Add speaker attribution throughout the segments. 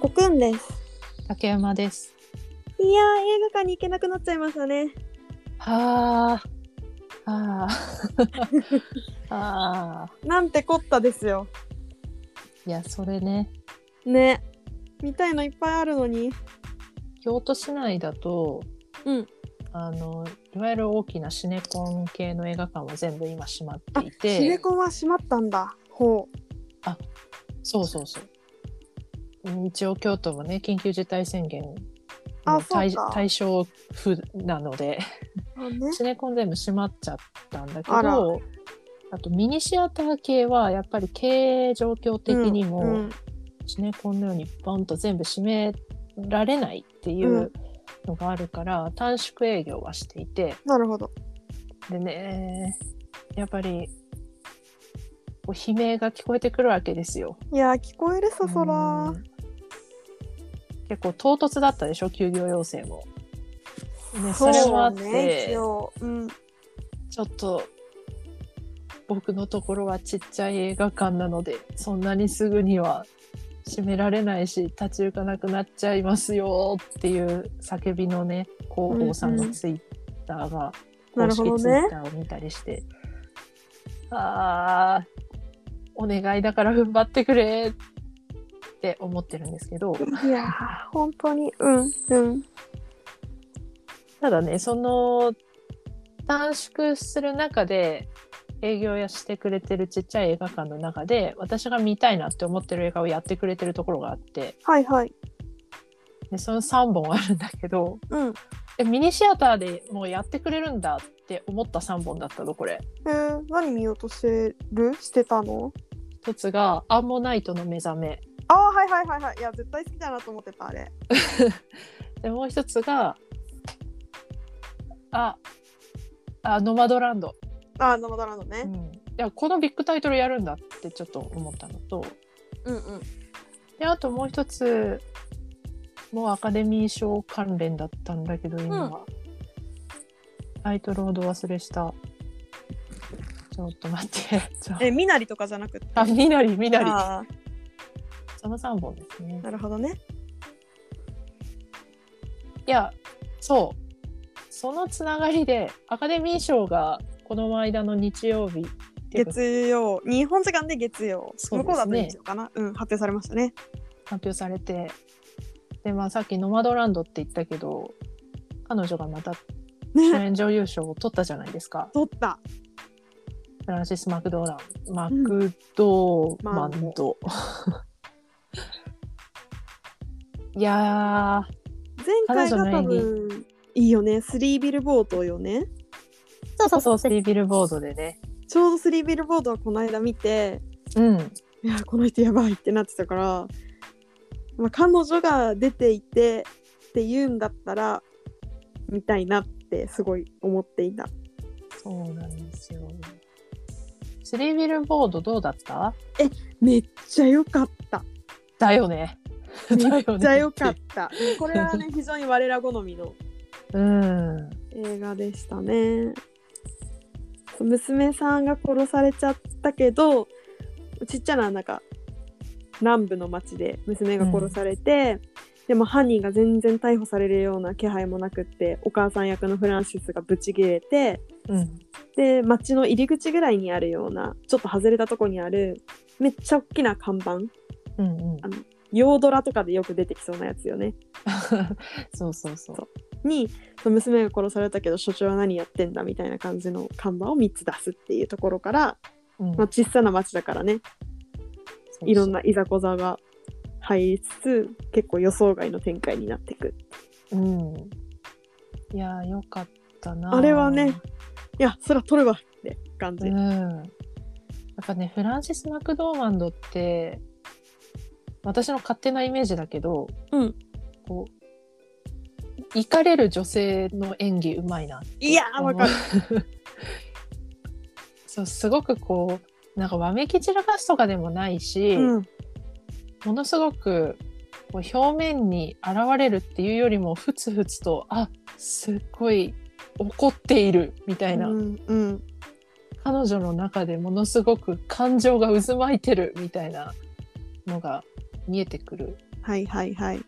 Speaker 1: コクンです
Speaker 2: 竹山です。
Speaker 1: いやー映画館に行けなくなっちゃいましたね
Speaker 2: はあ。 はあ。はあ。
Speaker 1: なんてこったですよ
Speaker 2: いや、それね。
Speaker 1: ね見たいのいっぱいあるのに
Speaker 2: 京都市内だと、
Speaker 1: うん
Speaker 2: あの、いわゆる大きなシネコン系の映画館は全部今閉まってい
Speaker 1: シネ
Speaker 2: て。
Speaker 1: コンは閉まったんだほ
Speaker 2: そうそうそう。うん一応京都もね、緊急事態宣言の
Speaker 1: あ
Speaker 2: 対
Speaker 1: そうか
Speaker 2: 対象府なので、
Speaker 1: うあね
Speaker 2: シネコン全部閉まっちゃったんだけ
Speaker 1: あら
Speaker 2: ど、あとミニシアター系はやっぱり経営状況的にも、
Speaker 1: うん
Speaker 2: シネコンのようにバンと全部閉められないっていうのがあるから、短縮営業はしていて
Speaker 1: なるほど
Speaker 2: でねやっぱりこう悲鳴が聞こえてくるわけですよ。
Speaker 1: いやー聞こえるさそら
Speaker 2: うん結構唐突だったでしょ休業要請も。ね、それもあって、
Speaker 1: うね一応うん
Speaker 2: ちょっと僕のところはちっちゃい映画館なのでそんなにすぐには閉められないし立ち行かなくなっちゃいますよっていう叫びのね広報さん
Speaker 1: うんう
Speaker 2: の
Speaker 1: ん
Speaker 2: ツイッターが、
Speaker 1: なる
Speaker 2: 公
Speaker 1: ほど
Speaker 2: 式ツイ
Speaker 1: ね
Speaker 2: ッターを見たりして、ああお願いだから踏ん張ってくれって思ってるんですけど
Speaker 1: いやー本当にうんうん
Speaker 2: ただねその短縮する中で営業やしてくれてるちっちゃい映画館の中で私が見たいなって思ってる映画をやってくれてるところがあって
Speaker 1: はいはい
Speaker 2: でその3本あるんだけど
Speaker 1: うん
Speaker 2: えミニシアターでもうやってくれるんだって思った3本だったのこれ
Speaker 1: えー、何見ようとしてるしてたの
Speaker 2: 一つが「アンモナイトの目覚め
Speaker 1: ああはいはいはいはいいや絶対好きだなと思ってたあれ」
Speaker 2: でもう一つが「ああノマドランド」
Speaker 1: ああ生だらの
Speaker 2: う
Speaker 1: ね
Speaker 2: ん、いやこのビッグタイトルやるんだってちょっと思ったのと
Speaker 1: うんうん
Speaker 2: であともう一つもうアカデミー賞関連だったんだけど今、
Speaker 1: うん
Speaker 2: タイトルほど忘れしたちょっと待って ちょ
Speaker 1: えみなりとかじゃなくて
Speaker 2: あみなりみなり
Speaker 1: ああ
Speaker 2: その3本ですね
Speaker 1: なるほどね
Speaker 2: いやそうそのつながりでアカデミー賞がこの間の日曜日っていうか
Speaker 1: 月曜日本時間で月曜
Speaker 2: そ
Speaker 1: 向
Speaker 2: うですね
Speaker 1: こうだと日曜かなうん発表されました ね
Speaker 2: 発表されてで、まあ、さっき「ノマドランド」って言ったけど彼女がまた主
Speaker 1: ね
Speaker 2: 演女優賞を取ったじゃないですか。
Speaker 1: 撮った
Speaker 2: フランシス・マクドーラン、マクドーマンド。いや
Speaker 1: 前回が
Speaker 2: 彼女の
Speaker 1: 多
Speaker 2: 演技
Speaker 1: 分いいよねスリービルボードよね
Speaker 2: ー、そうそうそう、スリービルボードでね。
Speaker 1: ちょうどスリービルボードはこの間見て
Speaker 2: うん。
Speaker 1: いやこの人やばいってなってたから、まあ、彼女が出ていてって言うんだったら見たいなってすごい思っていた
Speaker 2: そうなんですよ。スリービルボードどうだった
Speaker 1: めっちゃ良かった
Speaker 2: だよね。
Speaker 1: め
Speaker 2: だ
Speaker 1: っ
Speaker 2: よ
Speaker 1: ちゃ
Speaker 2: ね
Speaker 1: 良かったこれはね非常に我ら好みの
Speaker 2: うん。
Speaker 1: 映画でしたね娘さんが殺されちゃったけどちっちゃななんか南部の町で娘が殺されて、でも犯人が全然逮捕されるような気配もなくってお母さん役のフランシスがブチ切れて
Speaker 2: うん。
Speaker 1: で町の入り口ぐらいにあるようなちょっと外れたとこにあるめっちゃ大きな看板
Speaker 2: うんうん
Speaker 1: あ。洋ドラとかでよく出てきそうなやつよね
Speaker 2: そうそうそう。
Speaker 1: にその娘が殺されたけど所長は何やってんだみたいな感じの看板を3つ出すっていうところから、
Speaker 2: うん
Speaker 1: まあ、小さな町だからねいろん。ないざこざが入りつつ結構予想外の展開になってく
Speaker 2: そうそううん。いやー、よかったな。
Speaker 1: あれはね。いやそら取るわって感じ、
Speaker 2: うん、やっぱねフランシス・マクドーマンドって私の勝手なイメージだけど、
Speaker 1: うん
Speaker 2: こういかれる女性の演技うまいなって
Speaker 1: いやー
Speaker 2: 思う
Speaker 1: わかる
Speaker 2: そうすごくこうなんかわめき散らかすとかでもないし、
Speaker 1: うん、
Speaker 2: ものすごくこう表面に現れるっていうよりもふつふつとあすっごい怒っているみたいな
Speaker 1: うんうん
Speaker 2: 彼女の中でものすごく感情が渦巻いてるみたいなのが見えてくる
Speaker 1: はいはいはい。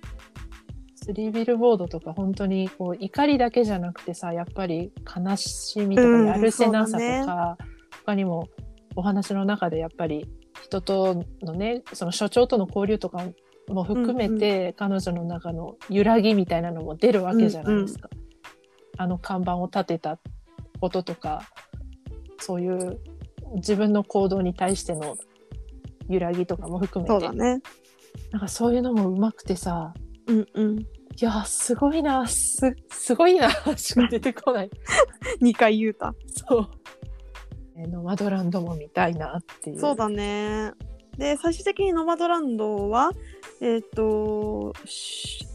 Speaker 2: スリービルボードとか本当にこう怒りだけじゃなくてさやっぱり悲しみとか
Speaker 1: うん
Speaker 2: やるせなさと
Speaker 1: そう
Speaker 2: か、他にもお話の中でやっぱり人とのねその所長との交流とかも含めて、彼女の中の揺らぎみたいなのも出るわけじゃないですか。あの看板を立てたこととかそういう自分の行動に対しての揺らぎとかも含め
Speaker 1: そう
Speaker 2: て、
Speaker 1: だね。
Speaker 2: なんかそういうのもうまくてさ
Speaker 1: うんうん。
Speaker 2: いやーすごいなすすごいな しか出てこない
Speaker 1: 2回言うた。
Speaker 2: そう、えーノマドランドも見たいなっていう
Speaker 1: そうだね。で最終的にノマドランドはえっ、とし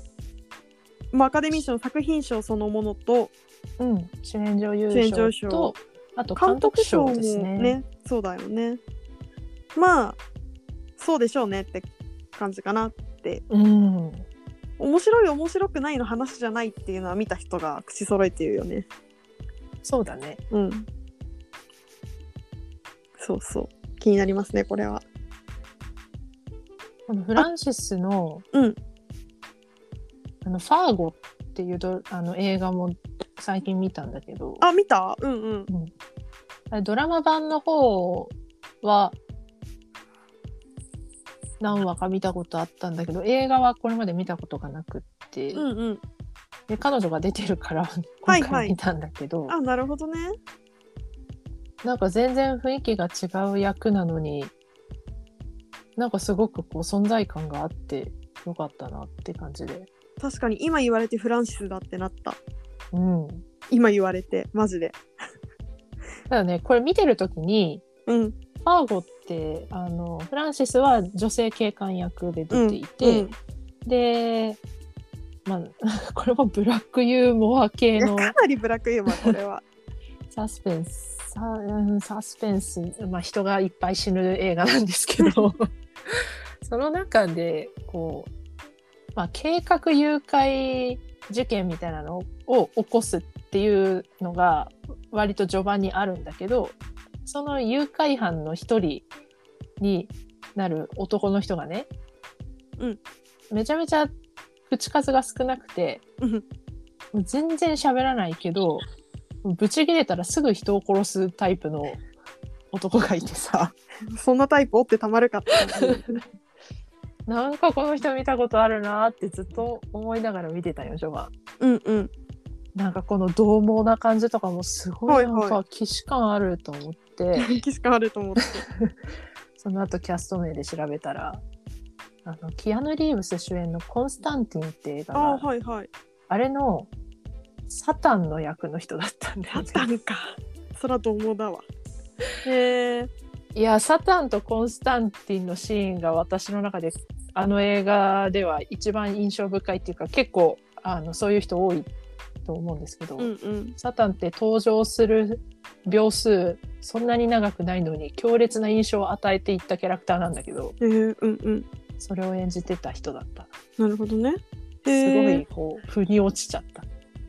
Speaker 1: まあアカデミー賞の作品賞そのものと
Speaker 2: うん主演女優
Speaker 1: 主演女優
Speaker 2: 賞
Speaker 1: 賞
Speaker 2: とあと監
Speaker 1: 監
Speaker 2: 督
Speaker 1: 督
Speaker 2: 賞
Speaker 1: 賞も
Speaker 2: ですね
Speaker 1: ねそうだよね。まあそうでしょうねって感じかな。
Speaker 2: うん
Speaker 1: 面白い面白くないの話じゃないっていうのは見た人が口揃えて言うよね。
Speaker 2: そうだね
Speaker 1: うん。そうそう。気になりますね、これは。
Speaker 2: このフランシスのあ,、
Speaker 1: うん
Speaker 2: のファーゴっていうドあの映画も最近見たんだけど
Speaker 1: あ、見たうんうん。
Speaker 2: あれドラマ版の方は何話か見たことあったんだけど映画はこれまで見たことがなくって、
Speaker 1: うんうん。
Speaker 2: で彼女が出てるから
Speaker 1: は
Speaker 2: 今
Speaker 1: いは
Speaker 2: 回
Speaker 1: い
Speaker 2: 見たんだけど、
Speaker 1: あ、なるほどね。
Speaker 2: なんか全然雰囲気が違う役なのになんかすごくこう存在感があってよかったなって感じで。
Speaker 1: 確かに今言われてフランシスだってなった。
Speaker 2: うん、
Speaker 1: 今言われて、マジで。
Speaker 2: ただねこれ見てる時に
Speaker 1: うん。
Speaker 2: ファーゴってあのフランシスは女性警官役で出ていて。
Speaker 1: うん、
Speaker 2: で、まあ、 これもブラックユーモア系
Speaker 1: いや
Speaker 2: の
Speaker 1: かなりブラックユーマー、これは。
Speaker 2: サスペンス、サうんサスペンス、まあ、人がいっぱい死ぬ映画なんですけ ど、その中で、こう、まあ、計画誘拐事件みたいなのを起こすっていうのが、割と序盤にあるんだけど、その誘拐犯の一人になる男の人がね、
Speaker 1: うん
Speaker 2: めちゃめちゃ口数が少なくて、
Speaker 1: うん
Speaker 2: もう全然喋らないけど、ぶち切れたらすぐ人を殺すタイプの男がいてさ、
Speaker 1: そんなタイプおってたまるかって感じ。
Speaker 2: なんかこの人見たことあるなってずっと思いながら見てたよ、序盤。
Speaker 1: うんうん。
Speaker 2: なんかこの獰猛な感じとかもすごい
Speaker 1: は
Speaker 2: ない
Speaker 1: は
Speaker 2: ん
Speaker 1: い
Speaker 2: か既視感あると思って、
Speaker 1: 人気しかあると思って。
Speaker 2: その後キャスト名で調べたら、あの、キアヌ・リーブス主演のコンスタンティンって映画が
Speaker 1: あ
Speaker 2: あ,、
Speaker 1: ーはいはい。
Speaker 2: れのサタンの役の人だったんだよ
Speaker 1: あっ
Speaker 2: ね。
Speaker 1: たんか。そらどうもだわ。へえ。
Speaker 2: いや、サタンとコンスタンティンのシーンが私の中で、あの映画では一番印象深いっていうか、結構、あの、そういう人多いと思うんですけど、
Speaker 1: うんうん。
Speaker 2: サタンって登場する秒数、そんなに長くないのに、強烈な印象を与えていったキャラクターなんだけど、
Speaker 1: へえ、うんうん。
Speaker 2: それを演じてた人だった。
Speaker 1: なるほどね。
Speaker 2: すご
Speaker 1: へ
Speaker 2: い、
Speaker 1: え。
Speaker 2: こう、腑に落ちちゃった。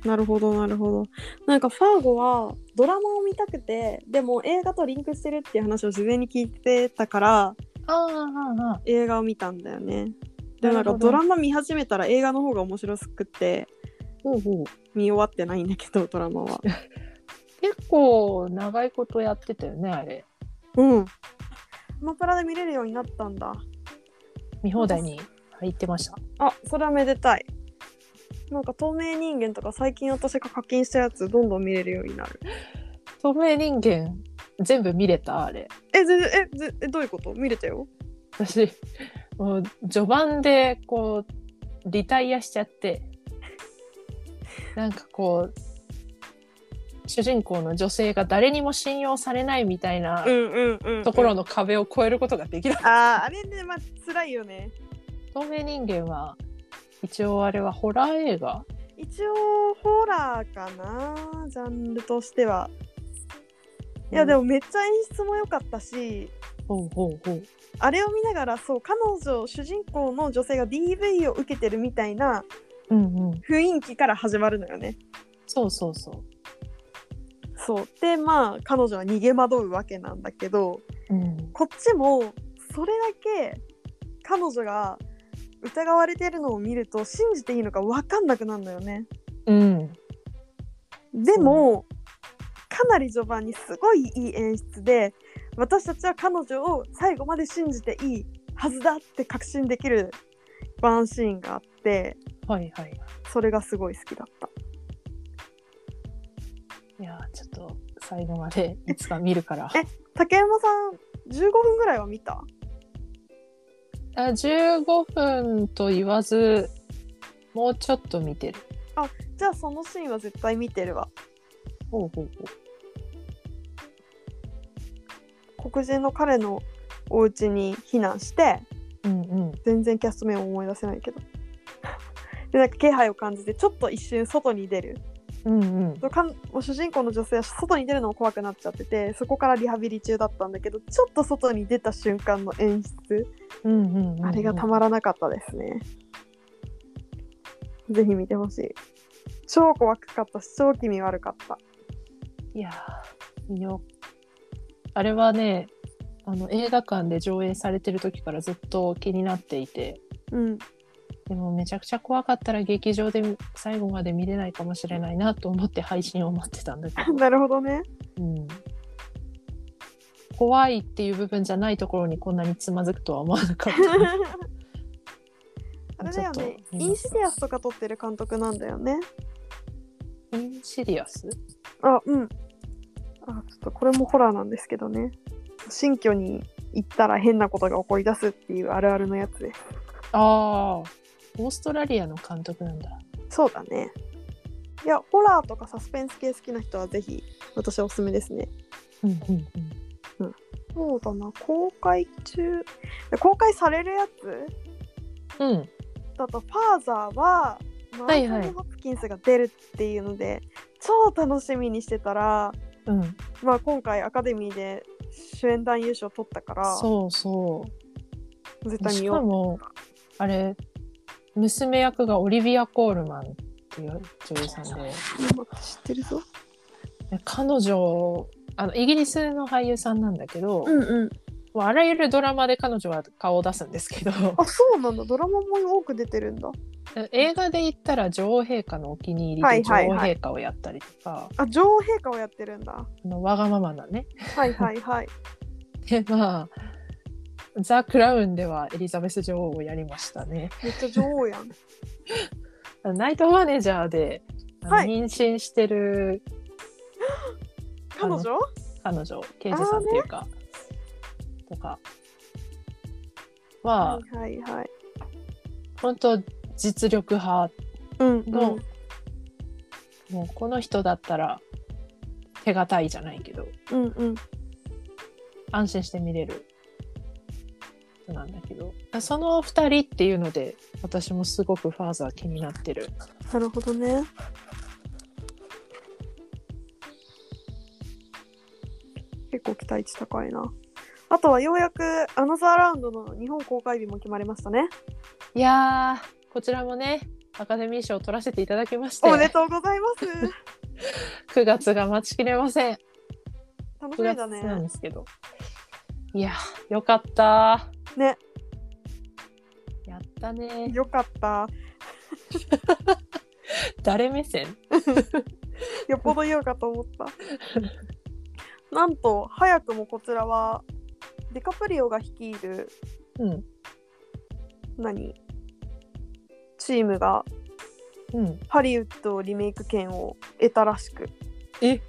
Speaker 1: なるほどなるほど。なんかファーゴはドラマを見たくて、でも映画とリンクしてるっていう話を事前に聞いてたから、
Speaker 2: ああ、ああ、
Speaker 1: 映画を見たんだよね。でもな
Speaker 2: な
Speaker 1: ん
Speaker 2: る
Speaker 1: か
Speaker 2: ほど
Speaker 1: ドラマ見始めたら映画の方が面白くて
Speaker 2: ほうほう。
Speaker 1: 見終わってないんだけどドラマ は。
Speaker 2: 結構、長いことやってたよね、あれ。
Speaker 1: うん。アマプラで見れるようになったんだ。
Speaker 2: 見放題に入ってました。
Speaker 1: あそれはめでたい。なんか透明人間とか最近私が課金したやつどんどん見れるようになる。
Speaker 2: 透明人間全部見れたあれ
Speaker 1: え、ぜえぜえ、どういうこと見れたよ。
Speaker 2: 私もう序盤でこうリタイアしちゃってなんかこう主人公の女性が誰にも信用されないみたいな
Speaker 1: うんうんうん、
Speaker 2: ところの壁を越えることができなかっ
Speaker 1: あーあれねまあ辛いよね
Speaker 2: た透明人間は一応あれはホラー映画
Speaker 1: 一応ホラーかなジャンルとしてはいやでもめっちゃ演出も良かったし
Speaker 2: ほうほうほう
Speaker 1: あれを見ながらそう彼女主人公の女性が DV を受けてるみたいな
Speaker 2: うんうん
Speaker 1: 雰囲気から始まるのよね
Speaker 2: そうそうそ
Speaker 1: そうでまあ彼女は逃げ惑うわけなんだけど
Speaker 2: ううん
Speaker 1: こっちもそれだけ彼女が疑われてるのを見ると信じていいのか分かんなくなるのよね
Speaker 2: うん
Speaker 1: でも、かなり序盤にすごいいい演出で私たちは彼女を最後まで信じていいはずだって確信できるワンシーンがあって
Speaker 2: はいはい
Speaker 1: それがすごい好きだった
Speaker 2: いやーちょっと最後までいつか見るから
Speaker 1: え竹山さん15分ぐらいは見た
Speaker 2: あ15分と言わずもうちょっと見てる
Speaker 1: じゃあそのシーンは絶対見てるわ
Speaker 2: ほうほうほ
Speaker 1: 黒人の彼のお家に避難して
Speaker 2: ううんうん
Speaker 1: 全然キャスト名を思い出せないけど でなんか気配を感じてちょっと一瞬外に出る
Speaker 2: うんうん
Speaker 1: かん主人公の女性は外に出るのも怖くなっちゃっててそこからリハビリ中だったんだけどちょっと外に出た瞬間の演出
Speaker 2: うんうんうんうん
Speaker 1: あれがたまらなかったですね、ぜひ見てほしい超怖かったし超気味悪かった
Speaker 2: いやー見ようあれはねあの映画館で上映されてる時からずっと気になっていて
Speaker 1: うん
Speaker 2: でもめちゃくちゃ怖かったら劇場で最後まで見れないかもしれないなと思って配信を待ってたんだけど、
Speaker 1: なるほど ね
Speaker 2: うん、怖いっていう部分じゃないところにこんなにつまずくとは思わ なかった
Speaker 1: あれだよね
Speaker 2: ちょっと
Speaker 1: インシディアスとか撮ってる監督なんだよね
Speaker 2: インシリアス
Speaker 1: あうんあちょっとこれもホラーなんですけどね新居に行ったら変なことが起こり出すっていうあるあるのやつです
Speaker 2: ああオーストラリアの監督なんだ
Speaker 1: そうだね。いや、ホラーとかサスペンス系好きな人はぜひ、私はおすすめですね。
Speaker 2: うんうん
Speaker 1: そうだな、公開中、公開されるやつ
Speaker 2: うんうん
Speaker 1: だと、ファーザーは、マ
Speaker 2: は
Speaker 1: ー
Speaker 2: い
Speaker 1: ソ
Speaker 2: はい
Speaker 1: ン・ホプキンスが出るっていうので、超楽しみにしてたら、
Speaker 2: うん
Speaker 1: まあ今回アカデミーで主演男優賞取ったから、
Speaker 2: そうそう
Speaker 1: 絶対見
Speaker 2: し
Speaker 1: よ
Speaker 2: か
Speaker 1: う。
Speaker 2: もあれ娘役がオリビア・コールマンっていう女優さんで
Speaker 1: 知ってるぞ。
Speaker 2: 彼女あのイギリスの俳優さんなんだけど、
Speaker 1: うんうん。
Speaker 2: もうあらゆるドラマで彼女は顔を出すんです けど
Speaker 1: あ、そうなんだ。ドラマも多く出てるんだ。
Speaker 2: 映画で言ったら女王陛下のお気に入りで
Speaker 1: はい
Speaker 2: 女
Speaker 1: はい
Speaker 2: 王
Speaker 1: はい
Speaker 2: 陛下をやったりとか、
Speaker 1: あ、女王陛下をやってるんだ。
Speaker 2: あのわがままなね
Speaker 1: はいはいはい。
Speaker 2: でまあザ・クラウンではエリザベス女王をやりましたね
Speaker 1: めっちゃ女王やん。
Speaker 2: ナイトマネージャーで、あの
Speaker 1: はい
Speaker 2: 妊娠してる
Speaker 1: 彼女
Speaker 2: 彼女刑事さんっていうか、とかは、
Speaker 1: はいはいはい。
Speaker 2: 本当実力派
Speaker 1: うん、
Speaker 2: の、もうこの人だったら手堅いじゃないけど
Speaker 1: うんうん
Speaker 2: 安心して見れる人なんだけどその2人っていうので私もすごくファーザー気になってる
Speaker 1: なるほどね結構期待値高いなあとはようやくアナザーラウンドの日本公開日も決まりましたね
Speaker 2: いやーこちらもねアカデミー賞を取らせていただきまして
Speaker 1: おめでとうござい ます
Speaker 2: 9月が待ちきれません
Speaker 1: 楽し
Speaker 2: 9
Speaker 1: み
Speaker 2: 月
Speaker 1: だ
Speaker 2: な
Speaker 1: ね
Speaker 2: んですけど。いや、よかった。
Speaker 1: ね。
Speaker 2: やったね。
Speaker 1: よかった
Speaker 2: 誰目線
Speaker 1: よっぽど言うかと思ったなんと早くもこちらはデカプリオが率いる
Speaker 2: うん。
Speaker 1: 何チームが
Speaker 2: うん。
Speaker 1: ハリウッドリメイク権を得たらしく
Speaker 2: え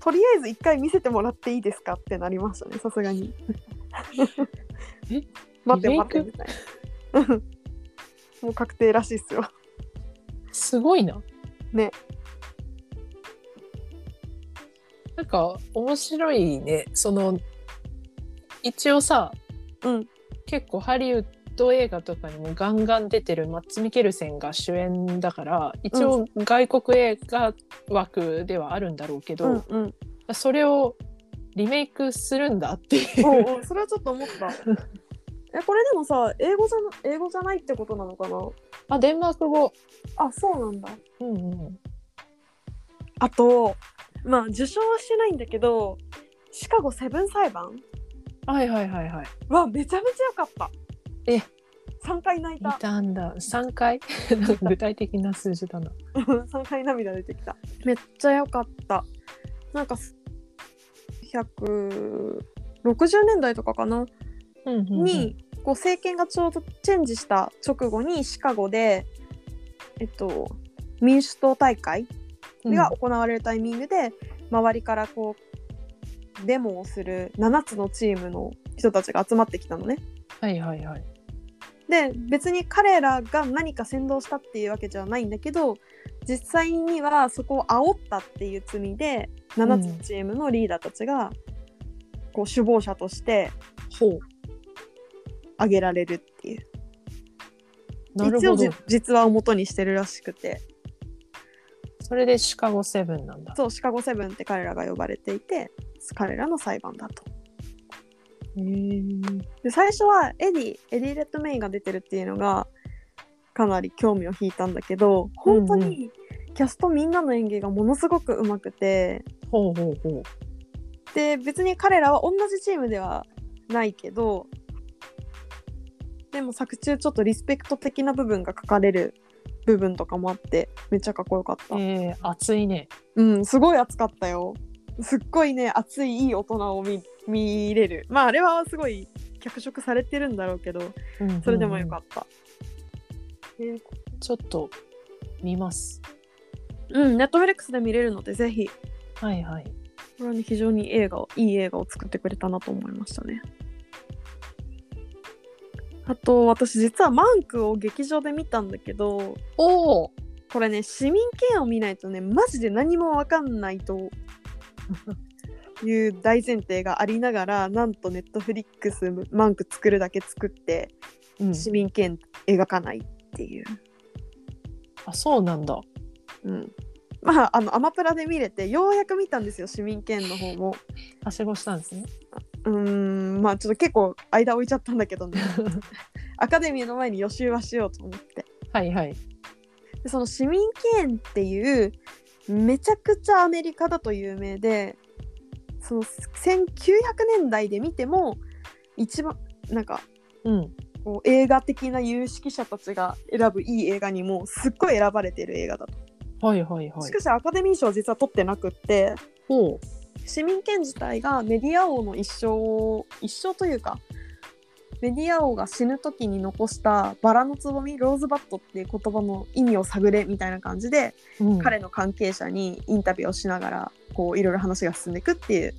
Speaker 1: とりあえず一回見せてもらっていいですかってなりましたねさすがに
Speaker 2: え
Speaker 1: 待って
Speaker 2: リメイ
Speaker 1: 待って
Speaker 2: ク
Speaker 1: みたいなうん もう確定らしいっすよ
Speaker 2: すごいな。
Speaker 1: ね。
Speaker 2: なんか、面白いね。その、一応さ、
Speaker 1: うん
Speaker 2: 結構ハリウッド映画とかにもガンガン出てるマッツ・ミケルセンが主演だから、一応外国映画枠ではあるんだろうけど、
Speaker 1: うん うん
Speaker 2: それをリメイクするんだってい
Speaker 1: お
Speaker 2: う。
Speaker 1: うおうそれはちょっと思ったえこれでもさ英語じゃな英語じゃないってことなのかな
Speaker 2: あ、デンマーク語。
Speaker 1: あそうなんだ
Speaker 2: うんうん。
Speaker 1: あとまあ受賞はしてないんだけどシカゴセブン裁判
Speaker 2: はいはいはいはい。
Speaker 1: わめちゃめちゃ良かった
Speaker 2: え
Speaker 1: 3回泣い
Speaker 2: い
Speaker 1: た
Speaker 2: たんだ3回 具体的な数字だな
Speaker 1: 3回涙出てきためっちゃ良かったなんか160年代とかかな
Speaker 2: うんうんうん
Speaker 1: に、こう政権がちょうどチェンジした直後にシカゴで、えっと、民主党大会が行われるタイミングで、周りからこうデモをする7つのチームの人たちが集まってきたのね。
Speaker 2: はいはいはい
Speaker 1: で別に彼らが何か扇動したっていうわけじゃないんだけど実際にはそこを煽ったっていう罪で7つのチームのリーダーたちが、こう首謀者として
Speaker 2: ほう
Speaker 1: 挙げられるっていう。
Speaker 2: なるほ
Speaker 1: 一
Speaker 2: ど
Speaker 1: 応じ実話を元にしてるらしくて
Speaker 2: それでシカゴセブンなんだ
Speaker 1: そうシカゴセブンって彼らが呼ばれていて彼らの裁判だと
Speaker 2: へー
Speaker 1: で最初はエディエディ・レッドメインが出てるっていうのがかなり興味を引いたんだけど本当にキャストみんなの演技がものすごく上手くて
Speaker 2: ほうほうほ
Speaker 1: で別に彼らは同じチームではないけどでも作中ちょっとリスペクト的な部分が書かれる部分とかもあってめっちゃかっこよかった
Speaker 2: う。えー、熱いね。
Speaker 1: うん、すごい暑かったよ。すっごいね、暑いいい大人を見見れる。まあ、あれはすごい脚色されてるんだろうけど、それでもよか
Speaker 2: っ
Speaker 1: った。
Speaker 2: た。ちょっと見ます。
Speaker 1: うん、ネットフレックスで見れるので、ぜひ、
Speaker 2: はいはい。
Speaker 1: これはね、非常に映画を、いい映画を作ってくれたなと思いましたね。あと、私、実はマンクを劇場で見たんだけど、
Speaker 2: おお。
Speaker 1: これね、市民権を見ないとね、マジで何もわかんない という大前提がありながら、なんとネットフリックスマンク作るだけ作って、
Speaker 2: うん
Speaker 1: 市民権描かないっていう。
Speaker 2: あ、そうなんだ。
Speaker 1: うん。まあ、あの、アマプラで見れて、ようやく見たんですよ、市民権の方も。
Speaker 2: はしごしたん ですね。
Speaker 1: うーん、まあ、ちょっと結構間置いちゃったんだけど ね。アカデミーの前に予習はしようと思って。
Speaker 2: はいはい。
Speaker 1: でその市民権っていうめちゃくちゃアメリカだと有名でその1900年代で見ても一番なんか
Speaker 2: うん。
Speaker 1: こう映画的な有識者たちが選ぶいい映画にもすっごい選ばれてる映画だと、
Speaker 2: はいはいは
Speaker 1: し
Speaker 2: い
Speaker 1: か。しアカデミー賞は実は取ってなくって
Speaker 2: ほ
Speaker 1: 市民権自体がメディア王の一生を一生というかメディア王が死ぬ時に残したバラのつぼみローズバットっていう言葉の意味を探れみたいな感じで
Speaker 2: う。うん、
Speaker 1: 彼の関係者にインタビューをしながらこういろいろ話が進んでいくって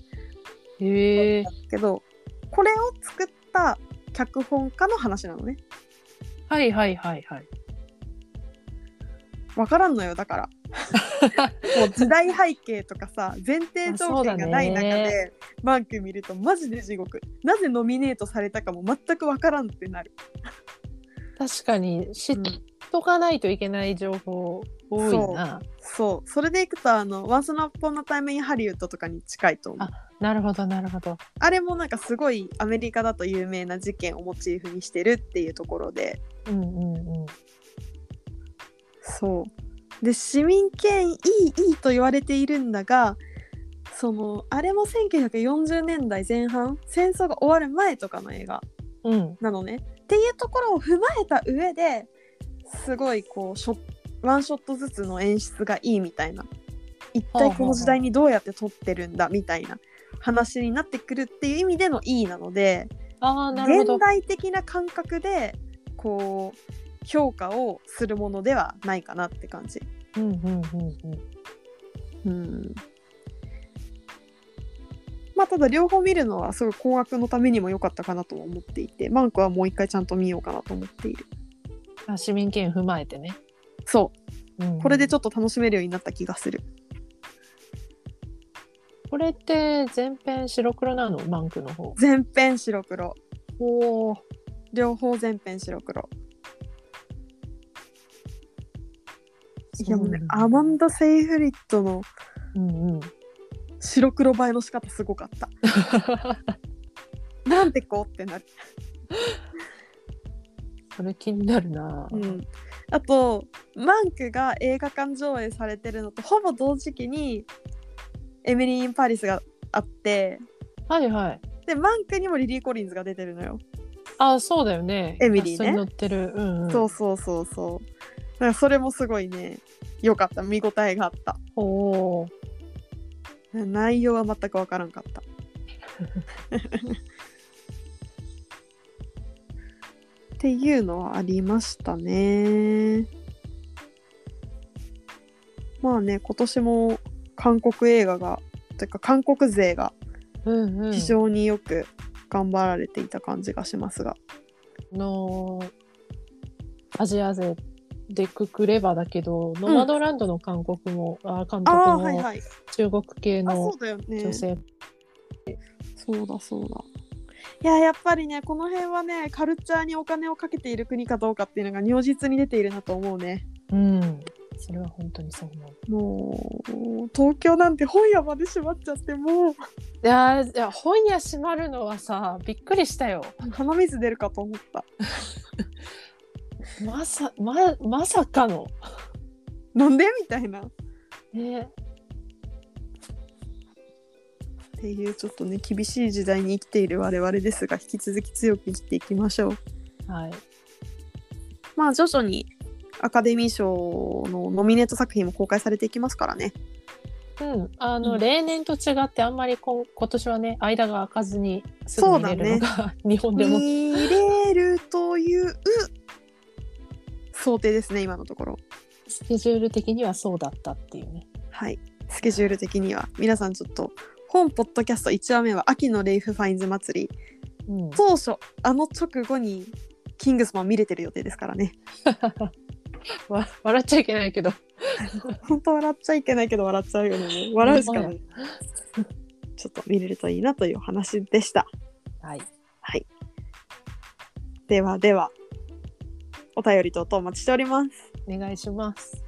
Speaker 1: いう
Speaker 2: へえ。
Speaker 1: けどこれを作った脚本家の話なのね
Speaker 2: はいはいはいはい。
Speaker 1: 分からんのよだ からもう時代背景とかさ前提条件がない中
Speaker 2: あそうだ
Speaker 1: でマーク見るとマジで地獄なぜノミネートされたかも全く分からんってなる、
Speaker 2: 確かに知っとかないといけない情報多いな。
Speaker 1: そうそれでいくとあの「Once Upon a Time in Hollywood」とかに近いと思う
Speaker 2: なるほどなるほど。
Speaker 1: あれもなんかすごいアメリカだと有名な事件をモチーフにしてるっていうところで
Speaker 2: うんうんうん。
Speaker 1: そうで市民権いいいいと言われているんだがそのあれも1940年代前半戦争が終わる前とかの映画
Speaker 2: うん。
Speaker 1: なのね。っていうところを踏まえた上ですごいこうショワンショットずつの演出がいいみたいな一体この時代にどうやって撮ってるんだみたいな話になってくるっていう意味でのいいなので。
Speaker 2: ああなるほ
Speaker 1: 現
Speaker 2: ど。
Speaker 1: 代的な感覚でこう評価をするものではないかなって感じ。
Speaker 2: うんうんうん
Speaker 1: う
Speaker 2: うん。
Speaker 1: んまあただ両方見るのはすごい高額のためにも良かったかなとは思っていてマンクはもう一回ちゃんと見ようかなと思っている
Speaker 2: あ市民権踏まえてね。
Speaker 1: そう
Speaker 2: うん
Speaker 1: これでちょっと楽しめるようになった気がする
Speaker 2: これって全編白黒なのマンクの方。
Speaker 1: 全編白黒
Speaker 2: おお。
Speaker 1: 両方全編白黒いやもうねアマンダ・セイフリットの
Speaker 2: うんうん。
Speaker 1: 白黒映えの仕方すごかったなんてこうってなる
Speaker 2: それ気になるな。
Speaker 1: うん、あとマンクが映画館上映されてるのとほぼ同時期にエミリー・イン・パリスがあって
Speaker 2: はいはい。
Speaker 1: でマンクにもリリー・コリンズが出てるのよ
Speaker 2: あそうだよね
Speaker 1: エミリーね
Speaker 2: キャストに乗ってるうん、うん、
Speaker 1: そうそうそうそうだからそれもすごいね良かった見応えがあった
Speaker 2: おお
Speaker 1: 内容は全く分からんかったっていうのはありましたねまあね今年も韓国映画がというか韓国勢が
Speaker 2: うんうん
Speaker 1: 非常によく頑張られていた感じがしますが、
Speaker 2: のアジア勢でくくればだけど、ノマドランドの韓国もあ韓国
Speaker 1: ああ
Speaker 2: も、
Speaker 1: はいはい
Speaker 2: 中国系
Speaker 1: あそ
Speaker 2: の
Speaker 1: うだよね
Speaker 2: 女性
Speaker 1: そうだそうだ。いややっぱりねこの辺はねカルチャーにお金をかけている国かどうかっていうのが如実に出ているなと思うね。
Speaker 2: うんそれは本当にそう思う
Speaker 1: もう東京なんて本屋まで閉まっちゃっても
Speaker 2: いやーいや本屋閉まるのはさびっくりしたよ
Speaker 1: う鼻水出るかと思った。
Speaker 2: まさままさかの
Speaker 1: なんでみたいな。っ
Speaker 2: ね
Speaker 1: ていうちょっとね厳しい時代に生きている我々ですが引き続き強く生きていきましょう。
Speaker 2: はい
Speaker 1: まあ徐々にアカデミー賞のノミネート作品も公開されていきますからね。
Speaker 2: うん、あの、
Speaker 1: うん
Speaker 2: 例年と違ってあんまりこ今年はね間が空かずにすぐ見れるのが、 日本でも
Speaker 1: 見れるという想定ですね今のところ。
Speaker 2: スケジュール的にはそうだったっていうね
Speaker 1: はい、スケジュール的には皆さんちょっと本ポッドキャスト1話目は秋のレイフファインズ祭り
Speaker 2: うん
Speaker 1: 当初あの直後にキングスマン見れてる予定ですからね
Speaker 2: わ笑っちゃいけないけど
Speaker 1: 本当笑っちゃいけないけど笑っちゃうよねもう笑うしか ないちょっと見れるといいなというお話でした
Speaker 2: はい
Speaker 1: ではではお便りとおとお待ちしております
Speaker 2: お願いします